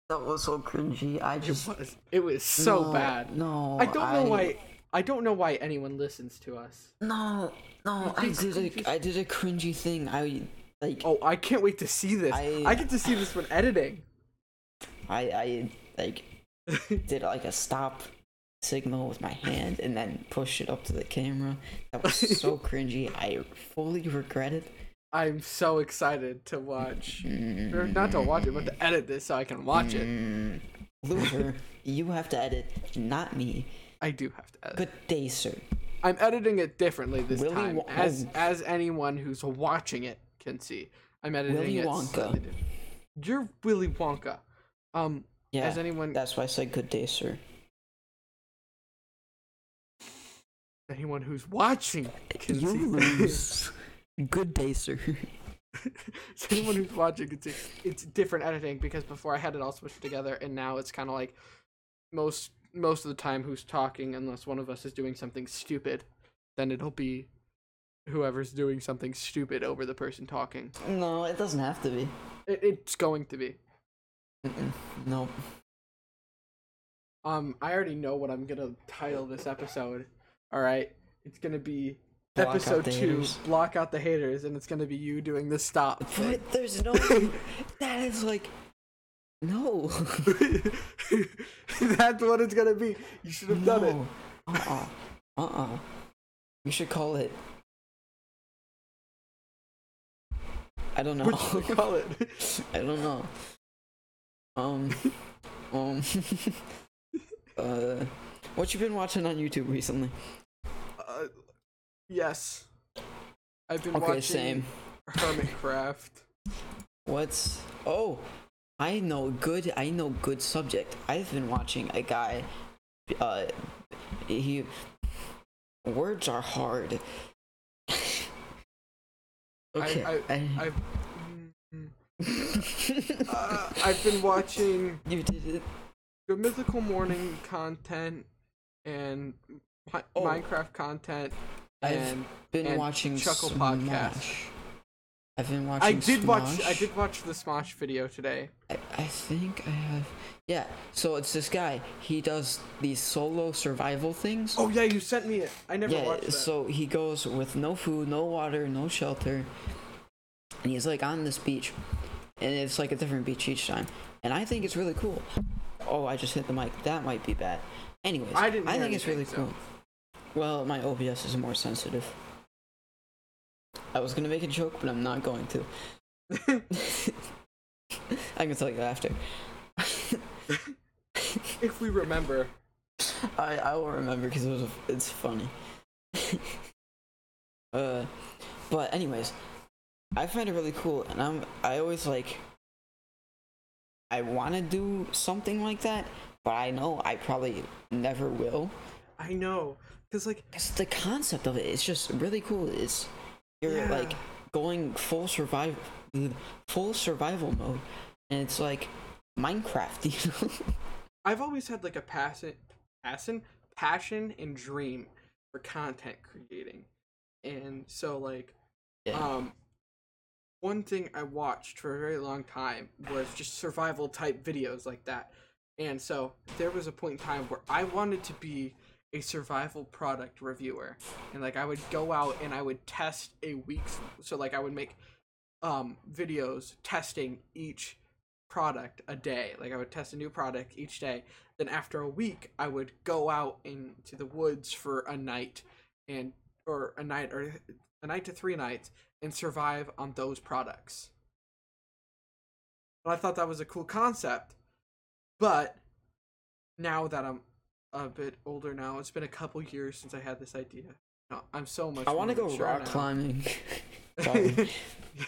that was so cringy. I
It
just.
was, it was so
No,
bad.
No.
I don't know why. I don't know why anyone listens to us.
No. No. I
did
did,
cringy-
a, I did a cringy thing. I. Like,
Oh, I can't wait to see this. I,
I-
get to see this when editing.
I, I, like, did like a stop signal with my hand and then pushed it up to the camera. That was so cringy. I fully regret it.
I'm so excited to watch. Or not to watch it, but to edit this so I can watch it.
Mm, Loser, you have to edit, not me.
I do have to edit.
Good day, sir.
I'm editing it differently this
Willy
time,
Won-
as as anyone who's watching it can see. I'm editing
Willy
it.
Wonka.
slightly diff- You're Willy Wonka. Um,
Yeah,
as anyone
that's why I said good day, sir.
anyone who's watching can
You
see.
lose. good day, sir.
so anyone who's watching can see it's different editing because before I had it all smushed together, and now it's kind of like most most of the time who's talking, unless one of us is doing something stupid, then it'll be whoever's doing something stupid over the person talking.
No, it doesn't have to be.
It, it's going to be.
Mm-mm. No.
Um, I already know what I'm gonna title this episode. All right, it's gonna be
Block out
episode
the
two,
haters.
block out the haters, and it's gonna be you doing the stop.
But there's no. that is like. No.
That's what it's gonna be. You should have done it.
no. Uh uh-uh. uh. We should call it. I don't know.
What should we call it?
I don't know. Um, um, uh, what you been watching on YouTube recently?
Uh, yes, I've been
Okay,
watching
same.
Hermitcraft.
What's oh, I know good. I know good subject. I've been watching a guy. Uh, he words are hard. okay.
I, I,
I-
I've, mm, mm. uh, I've been watching
you did it.
Good Mythical Morning content and Mi-
Oh.
Minecraft content.
I've
And
Been
and
watching
Chuckle
Smosh.
Podcast.
I've been watching.
I did watch. I
Smosh.
did watch the Smosh video today.
I, I think I have. Yeah, so it's this guy. He does these solo survival things.
Oh yeah, you sent me it. I never
yeah,
watched that.
so he goes with no food, no water, no shelter, and he's like on this beach, and it's like a different beach each time. And I think it's really cool. Oh, I just hit the mic. That might be bad. Anyways,
I didn't.
I
hear
think it's really
anything, so-
cool. Well, my OBS is more sensitive. I was gonna make a joke, but I'm not going to. I can tell you after.
If we remember,
I I will remember because it was it's funny. uh, but anyways, I find it really cool, and I'm I always like. I want to do something like that, but I know I probably never will.
I know because like
Cause the concept of it is just really cool. It's you're
Yeah.
like going full survival, full survival mode, and it's like Minecraft, you know.
I've always had like a passion, passion, passion and dream for content creating, and so like,
Yeah.
um, one thing I watched for a very long time was just survival type videos like that, and so there was a point in time where I wanted to be a survival product reviewer, and like I would go out and I would test a week's, so like I would make, um, videos testing each product a day. Like I would test a new product each day. Then after a week, I would go out into the woods for a night and or a night or a night to three nights and survive on those products. And I thought that was a cool concept, but now that I'm a bit older now, it's been a couple years since I had this idea. No, I'm so much.
I want to
more
go
mature
rock
now.
climbing. Sorry.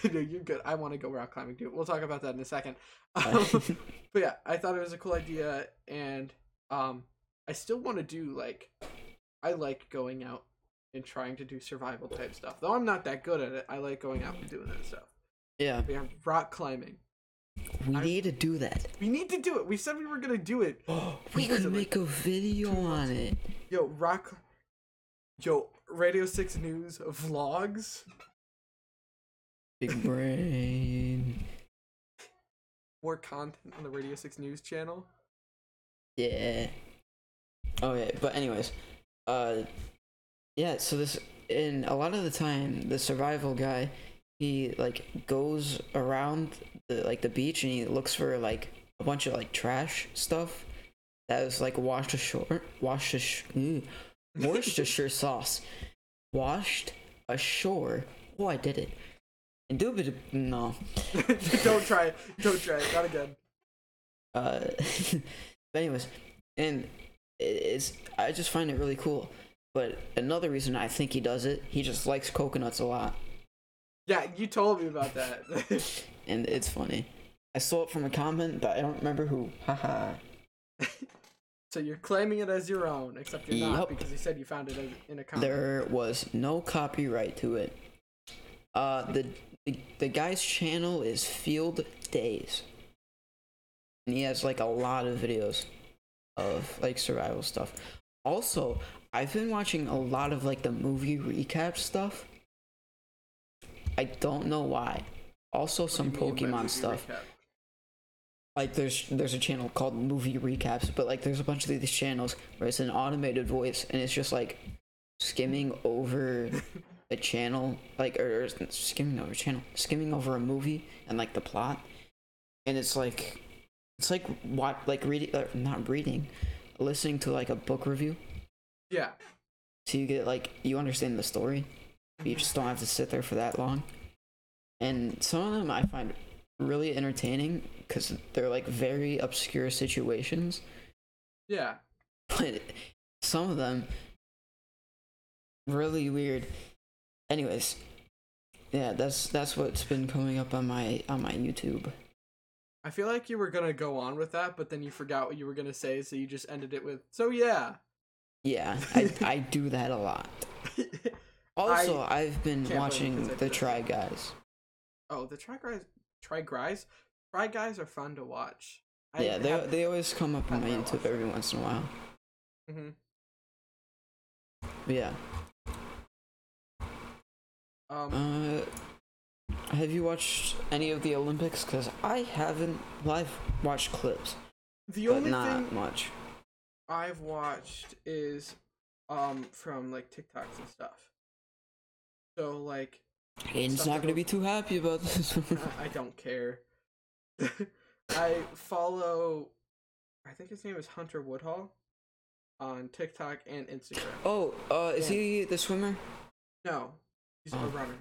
no, you're good. I want to go rock climbing too. We'll talk about that in a second. Um,
Alright.
but yeah, I thought it was a cool idea, and um, I still want to do like, I like going out and trying to do survival type stuff. Though I'm not that good at it, I like going out and doing that stuff.
yeah,
But yeah, rock climbing.
we
I-
need to do that.
We need to do it. We said we were gonna do it.
we
Because
could
of, like,
make a video on it.
Yo, rock. Yo, Radio Six News vlogs.
Big brain.
More content on the Radio Six News channel.
Yeah. Okay, but anyways, uh, yeah. So this, and a lot of the time, the survival guy, he like goes around the like the beach and he looks for like a bunch of like trash stuff that was like washed ashore, washed ash, mm, Worcestershire sauce, washed ashore. Oh, I did it. Indubitably, no.
Don't try it. Don't try it. Not again.
uh but anyways and it- it's i just find it really cool but another reason i think he does it he just likes coconuts a lot
Yeah, you told me about that.
and it's funny i stole it from a comment but i don't remember who haha
so you're claiming it as your own, except you're not
Yup.
because you said you found it as, in a comic.
there was no copyright to it uh the, the the guy's channel is field days and he has like a lot of videos of like survival stuff also i've been watching a lot of like the movie recap stuff i don't know why also
What do
some
you mean by
pokemon
movie
stuff
recap?
like there's there's a channel called movie recaps but like there's a bunch of these channels where it's an automated voice and it's just like skimming over a channel like or, or skimming over a channel skimming over a movie and like the plot and it's like it's like what like reading uh, not reading listening to like a book review
Yeah.
so you get like you understand the story but you just don't have to sit there for that long and some of them i find really entertaining because they're like very obscure situations
Yeah.
but some of them really weird anyways yeah that's that's what's been coming up on my on my youtube
I feel like you were gonna go on with that, but then you forgot what you were gonna say, so you just ended it with "So yeah."
yeah i, I do that a lot also I have been
can't believe
watching
it's like
the
this.
try guys
oh, the try guys, try guys, try guys are fun to watch. I
yeah they,
have-
they always come up on my
haven't watched
youtube
that.
every once in a while
Mhm.
But yeah
Um,
Uh, have you watched any of the Olympics? Because I haven't. Well, I've watched clips,
The
but
only
not
thing
much.
I've watched is um from like TikToks and stuff. So like
Aiden's
stuff
not
that
gonna
goes-
be too happy about this.
I- I don't care. I follow I think his name is Hunter Woodhall on TikTok and Instagram.
oh, uh, is
Yeah.
he the swimmer?
No, he's
Oh.
a runner.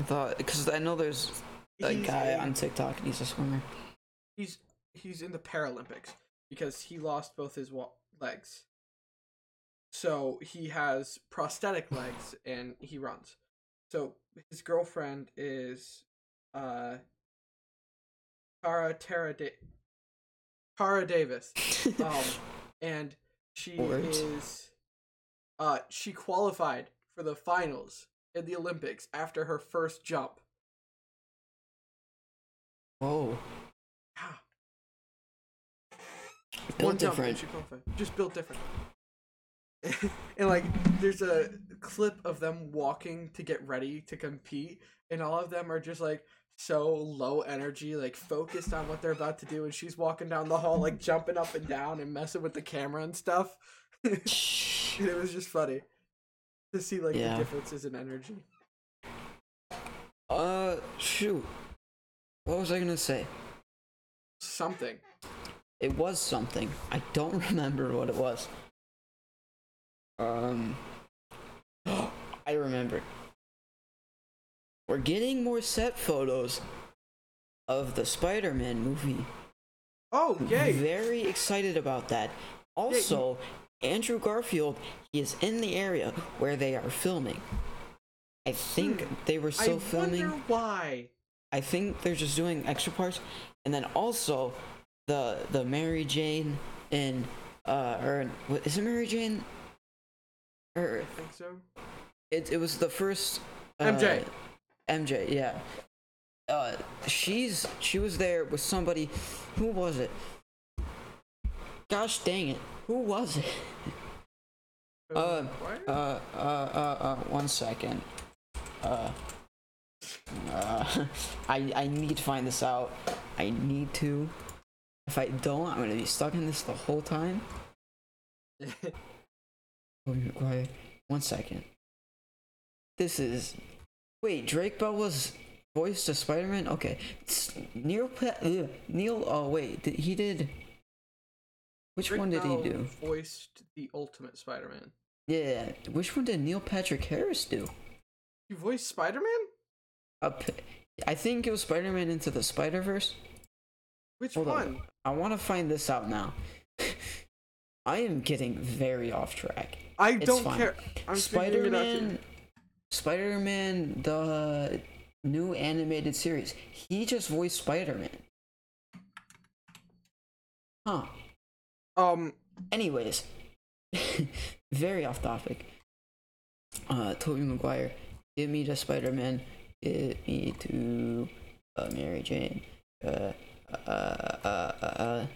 I thought because I know there's a
He's
guy
a-
on TikTok and he's a swimmer.
he's he's in the Paralympics because he lost both his wa- legs. So he has prosthetic legs and he runs. So his girlfriend is uh Cara Tara da- Cara Davis. Um and she
Words.
is uh she qualified for the finals in the Olympics after her first jump.
Whoa,
Yeah.
built
Ah, one jump and
different.
she qualified. Just built different. and like, there's a clip of them walking to get ready to compete, and all of them are just like so low energy, like focused on what they're about to do. And she's walking down the hall, like jumping up and down and messing with the camera and stuff. and
Shh.
it was just funny to see like
Yeah.
the differences in energy.
Uh, shoot. What was I gonna say?
Something.
It was something. I don't remember what it was. Um, I remember. We're getting more set photos of the Spider-Man movie.
Oh yay!
Very excited about that. Also, Andrew Garfield is in the area where they are filming. I think
Hmm.
they were
I
still filming.
wonder why.
I think they're just doing extra parts, and then also the the Mary Jane and uh or what, is it Mary Jane? Or
I think so.
it it was the first uh,
MJ.
MJ, yeah. Uh, she's she was there with somebody. Who was it? Gosh dang it! Who was it? Uh,
What?
uh, uh, uh, uh, one second. Uh, uh, I, I need to find this out. I need to. If I don't, I'm gonna be stuck in this the whole time. Oh, you're quiet. One second. This is. Wait, Drake Bell was voiced to Spider Man? Okay. S- Neil. Pa- ugh, Neil. Oh, wait. Did, he did. Which
Rick
one did
Bell
he do?
Voiced the Ultimate Spider-Man.
Yeah. Which one did Neil Patrick Harris do?
You voiced Spider-Man?
up. I think it was Spider Man Into the Spider Verse.
Which
Hold
one?
on. I want to find this out now. I am getting very off track.
I
It's
don't
fine.
care. I'm
Spider
figuring it out here.
Man. Spider Man, the new animated series. He just voiced Spider Man. Huh.
Um,
Anyways, very off topic. Uh, Tobey Maguire, give me to Spider Man, give me to uh, Mary Jane. Uh, uh, uh, uh, uh.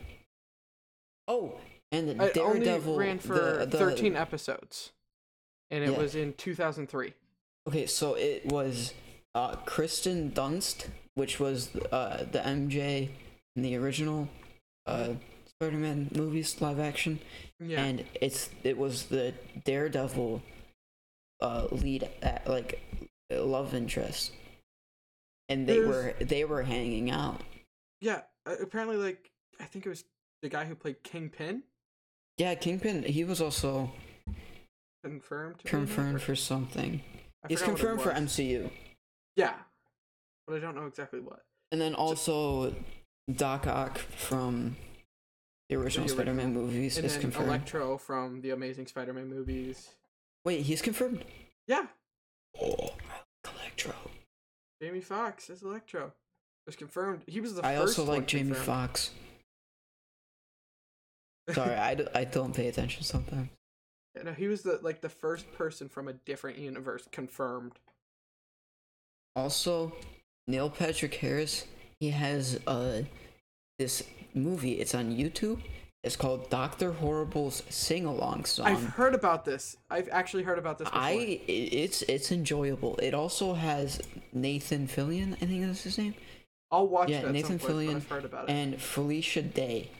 Oh, and the
I
Daredevil.
only ran for
the- the-
13 episodes, and it
Yeah.
was in 2003.
Okay, so it was uh, Kristen Dunst, which was uh, the MJ in the original uh, Spider Man movies, live action.
Yeah.
and it's it was the Daredevil uh lead at, like love interest, and they
There's-
were they were hanging out.
yeah. uh, Apparently, like I think it was the guy who played Kingpin
Yeah, Kingpin. He was also
confirmed. to be in it, or-
confirmed for something.
I
He's
forgot what it
confirmed for
was.
MCU,
Yeah, but I don't know exactly what.
and then also Doc Ock from the original
original.
Spider-Man movies
And
is
then
confirmed.
Electro from the Amazing Spider-Man movies.
Wait, he's confirmed.
Yeah,
Oh, Electro.
Jamie Foxx is Electro. It was confirmed. He was the
I
first
also
one
like Jamie
confirmed.
Foxx. Sorry, I, d- I don't pay attention sometimes.
Yeah, No, he was the like the first person from a different universe confirmed.
Also, Neil Patrick Harris, he has uh this movie. It's on YouTube. It's called Doctor Horrible's Sing Along Song.
I've heard about this. I've actually heard about this. Before.
I i- it's it's enjoyable. It also has Nathan Fillion, I think that's his name,
I'll watch
yeah,
that. at
Nathan
some point, but
Fillion
I've heard about it.
and Felicia Day.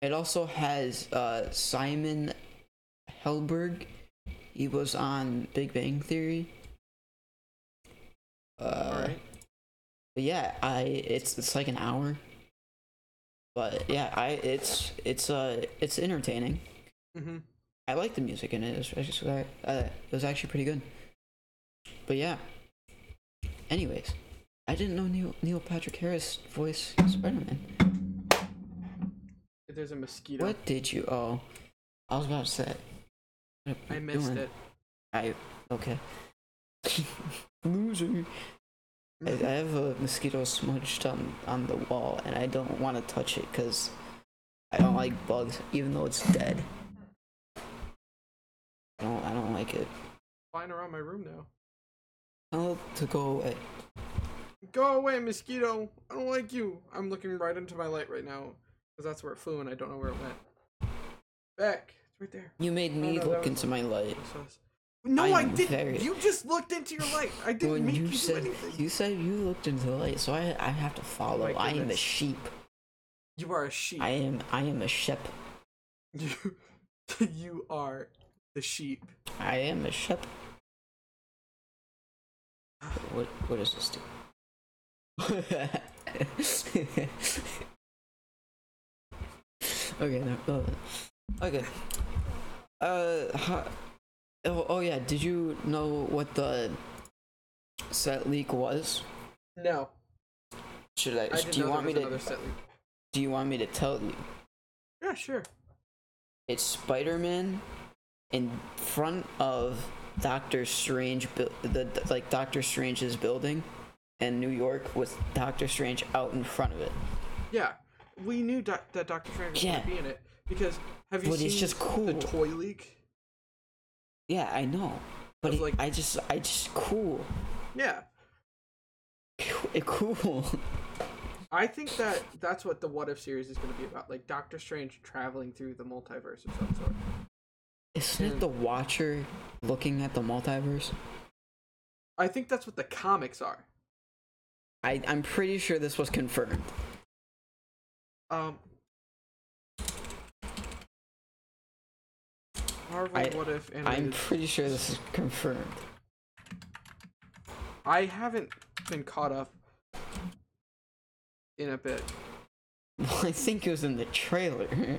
It also has uh, Simon Helberg. He was on Big Bang Theory. Uh,
All right.
But yeah, I it's it's like an hour. But yeah, I it's it's uh it's entertaining.
Mm-hmm.
I like the music in it. It was, just, uh, it was actually pretty good. But yeah. Anyways, I didn't know Neil Neil Patrick Harris voiced Spider Man.
There's a mosquito.
What did you? Oh, I was about to say. What am
I missed
doing?
it.
I okay. Loser. I, I have a mosquito smudged on on the wall, and I don't want to touch it because I don't like bugs, even though it's dead. I don't. I don't like it.
Flying around my room now.
Tell it to go away.
Go away, mosquito. I don't like you. I'm looking right into my light right now because that's where it flew and I don't know where it went. Back. It's right there.
You made me
no, that
look
was-
into my light.
That's us. No,
I
I,
am
didn't.
very-
You just looked into your light. I didn't
When
make you,
you
do
said
anything. You...
you said you looked into the light, so I I have to follow.
my
I am a
goodness.
sheep.
are a sheep.
I am I am a shepherd.
You, you are the sheep.
I am a shepherd. What what does this do? okay, no, no, no. okay. Uh, ho- oh, oh yeah. Did you know what the set leak was?
No,
Should I?
I didn't
do you
know
want me
there
to?
was another set leak.
Do you want me to tell you?
Yeah, sure.
It's Spider-Man in front of Doctor Strange, bu- the the- like Doctor Strange's building in New York, with Doctor Strange out in front of it.
Yeah, we knew doc- that Doctor Strange was
Yeah.
gonna be in it because have you
But
seen
it's just
the
cool.
toy leak?
Yeah, I know, but
It's
it-
like-
I just, I just cool,
Yeah,
It cool.
I think that that's what the What If series is gonna be about, like Doctor Strange traveling through the multiverse of some sort.
Isn't it
Mm.
the Watcher looking at the multiverse?
I think that's what the comics are.
I, I'm pretty sure this was confirmed.
Um, Marvel
I-
What If and
I'm pretty sure this is confirmed.
I haven't been caught up in a bit.
Well, I think it was in the trailer.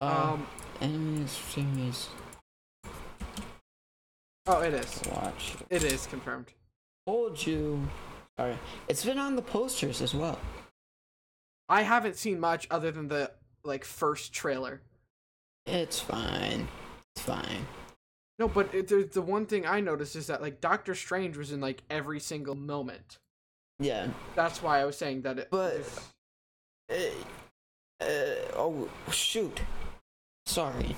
Uh,
Um,
enemies, enemies.
oh, it is.
Watch.
It is confirmed.
Told you. Alright. It's been on the posters as well.
I haven't seen much other than the like first trailer.
It's fine. It's fine.
No, but it, the, the one thing I noticed is that like Doctor Strange was in like every single moment.
Yeah.
That's why I was saying that. It,
But-
it's-
Uh, uh, oh, shoot. Sorry.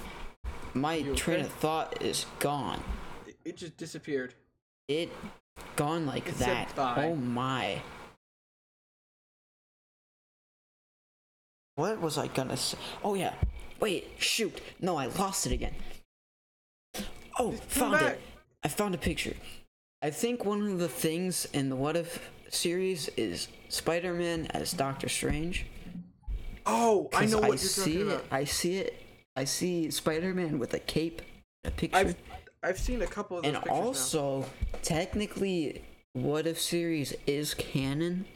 My
You
train
okay?
of thought is gone.
it, it just disappeared.
It gone like
It said
that.
bye.
Oh my. What was I gonna say? Oh yeah. Wait, shoot. No, I lost it again. Oh,
Just come
found
back.
it. I found a picture. I think one of the things in the What If series is Spider-Man as Doctor Strange.
Oh, I
'Cause
know what you're
see
talking
it.
about.
I see it. I see Spider-Man with a cape, a picture.
I've I've seen a couple of those
And
pictures now.
also, technically, What If series is canon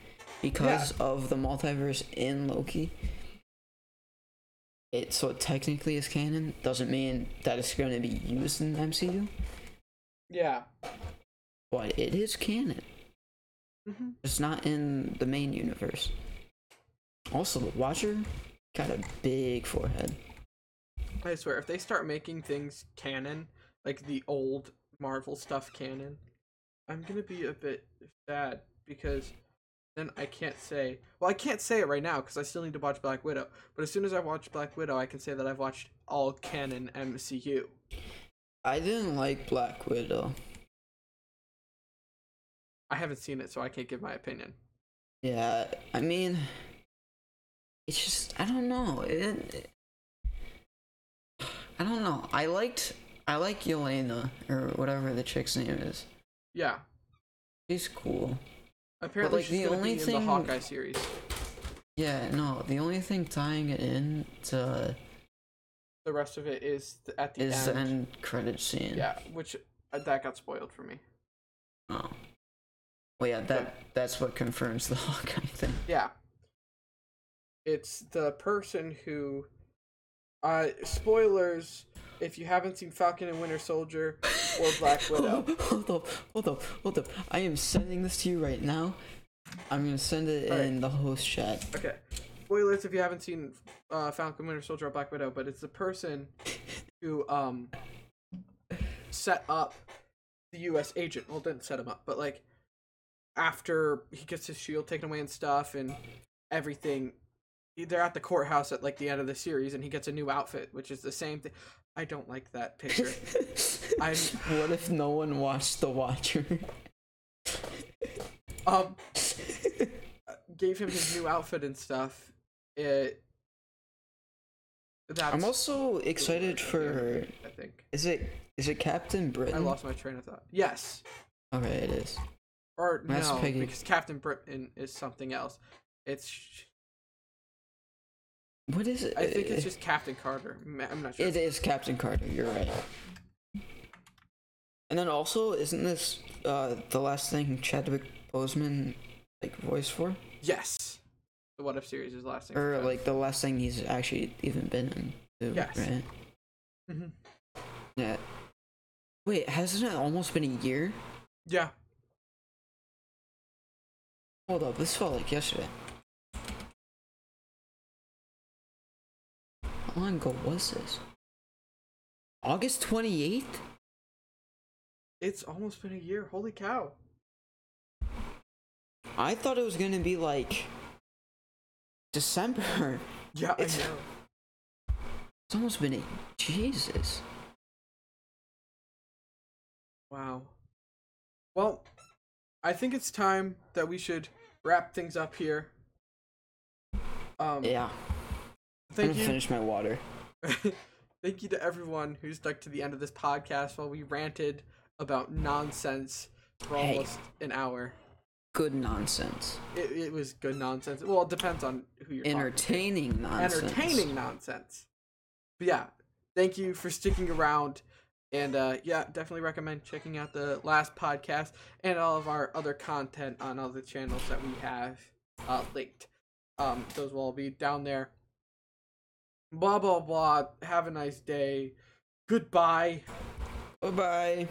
because of the multiverse in Loki. It so it technically is canon. Doesn't mean that it's going to be used in the MCU,
Yeah.
but it is canon.
hmm
It's not in the main universe. Also, the Watcher got a big forehead.
I swear, if they start making things canon, like the old Marvel stuff canon, I'm gonna be a bit sad because then I can't say. Well, I can't say it right now because I still need to watch Black Widow. But as soon as I watch Black Widow, I can say that I've watched all canon MCU.
I didn't like Black Widow.
I haven't seen it, so I can't give my opinion.
Yeah, I mean, it's just I don't know. It, I don't know. I liked I like Yelena or whatever the chick's name is.
Yeah,
She's cool.
apparently
like,
she's
the
gonna
only
be in
thing-
the Hawkeye series.
Yeah, no, the only thing tying it in to
The rest of it is th- at the
is the
end.
end credit scene.
Yeah, which uh, that got spoiled for me.
Oh. Well, yeah, that that's what confirms the Hawkeye thing.
Yeah. It's the person who uh spoilers if you haven't seen Falcon and Winter Soldier or Black Widow.
hold up, hold up, hold up. I am sending this to you right now. I'm gonna send it
Alright.
in the host chat.
Okay. Spoilers if you haven't seen uh, Falcon Winter Soldier or Black Widow, but it's the person who um set up the U.S. agent. Well, didn't set him up, but like after he gets his shield taken away and stuff and everything, they're at the courthouse at like the end of the series, and he gets a new outfit, which is the same thing. I don't like that picture. I'm
What if no one watched The Watcher?
um gave him his new outfit and stuff. It. That's
I'm also excited for.
I think.
Is it is it Captain Britain?
I lost my train of thought. Yes.
Okay, it is.
Or
That's
no,
Peggy.
because Captain Britain is something else. It's sh-
What is it?
I think it's
It-
just Captain Carter. Ma- I'm not sure.
Eh. It is Captain Carter. You're right. And then also, isn't this uh, the last thing Chadwick Boseman like voiced for,
yes. The What If series is last thing.
or like the last thing he's actually even been in? Too,
Yes.
Right.
Mhm.
Yeah. Wait, hasn't it almost been a year?
Yeah.
Hold up, this felt like yesterday. How long ago was this? August twenty eighth.
It's almost been a year. Holy cow.
I thought it was gonna be like December.
Yeah,
It's-
I know.
It's almost been a Jesus.
Wow. Well, I think it's time that we should wrap things up here. Um
Yeah, I'm
thank
gonna
you
finish my water.
Thank you to everyone who stuck to the end of this podcast while we ranted about nonsense for
Hey.
almost an hour.
Good nonsense.
It, it was good nonsense. Well, it depends on who you're talking to.
Entertaining nonsense.
Entertaining nonsense. But yeah, thank you for sticking around. And uh, yeah, definitely recommend checking out the last podcast and all of our other content on all the channels that we have uh, linked. Um, those will all be down there. Blah, blah, blah. Have a nice day. Goodbye.
Bye bye.